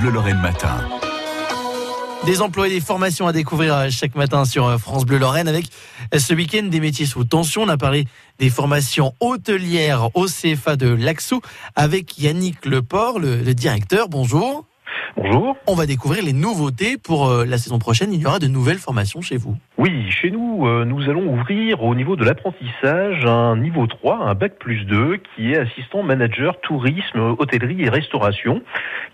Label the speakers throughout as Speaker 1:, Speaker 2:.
Speaker 1: Bleu Lorraine Matin.
Speaker 2: Des emplois et des formations à découvrir euh, chaque matin sur France Bleu Lorraine avec euh, ce week-end des métiers sous tension. On a parlé des formations hôtelières au CFA de l'Axou avec Yannick Leport, le, le directeur. Bonjour.
Speaker 3: Bonjour.
Speaker 2: On va découvrir les nouveautés pour euh, la saison prochaine. Il y aura de nouvelles formations chez vous.
Speaker 3: Oui, chez nous, euh, nous allons ouvrir au niveau de l'apprentissage un niveau 3, un bac plus 2, qui est assistant manager tourisme, hôtellerie et restauration,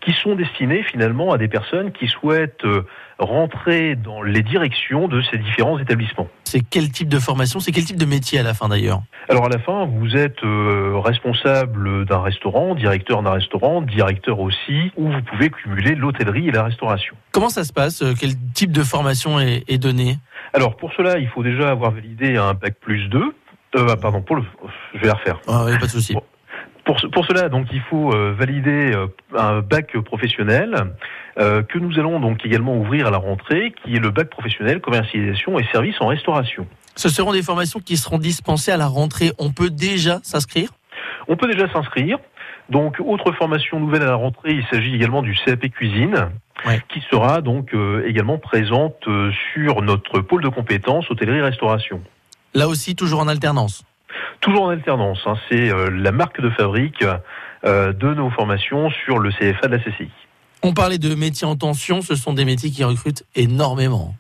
Speaker 3: qui sont destinés finalement à des personnes qui souhaitent euh, rentrer dans les directions de ces différents établissements.
Speaker 2: C'est quel type de formation C'est quel type de métier à la fin d'ailleurs
Speaker 3: Alors à la fin, vous êtes euh, responsable d'un restaurant, directeur d'un restaurant, directeur aussi, où vous pouvez cumuler l'hôtellerie et la restauration.
Speaker 2: Comment ça se passe Euh, Quel type de formation est, est donnée
Speaker 3: Alors pour cela, il faut déjà avoir validé un bac plus 2. Euh, ah, pardon, pour le... je vais la refaire.
Speaker 2: Ah, oui, Pas de souci.
Speaker 3: Pour, ce- pour cela, donc, il faut euh, valider euh, un bac professionnel euh, que nous allons donc également ouvrir à la rentrée, qui est le bac professionnel commercialisation et services en restauration.
Speaker 2: Ce seront des formations qui seront dispensées à la rentrée. On peut déjà s'inscrire
Speaker 3: On peut déjà s'inscrire. Donc, autre formation nouvelle à la rentrée, il s'agit également du CAP cuisine,
Speaker 2: Ouais.
Speaker 3: qui sera donc euh, également présente euh, sur notre pôle de compétences hôtellerie-restauration.
Speaker 2: Là aussi, toujours en alternance.
Speaker 3: Toujours en alternance, hein, c'est euh, la marque de fabrique euh, de nos formations sur le CFA de la CCI.
Speaker 2: On parlait de métiers en tension. Ce sont des métiers qui recrutent énormément.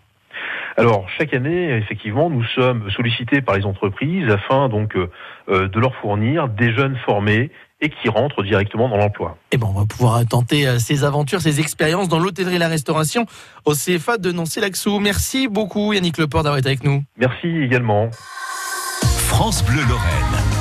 Speaker 3: Alors chaque année, effectivement, nous sommes sollicités par les entreprises afin donc euh, euh, de leur fournir des jeunes formés et qui rentrent directement dans l'emploi.
Speaker 2: Eh ben, on va pouvoir tenter euh, ces aventures, ces expériences dans l'hôtellerie et la restauration au CFA de Nancy-Laxou. Merci beaucoup, Yannick Leport, d'avoir été avec nous.
Speaker 3: Merci également.
Speaker 1: France Bleu Lorraine.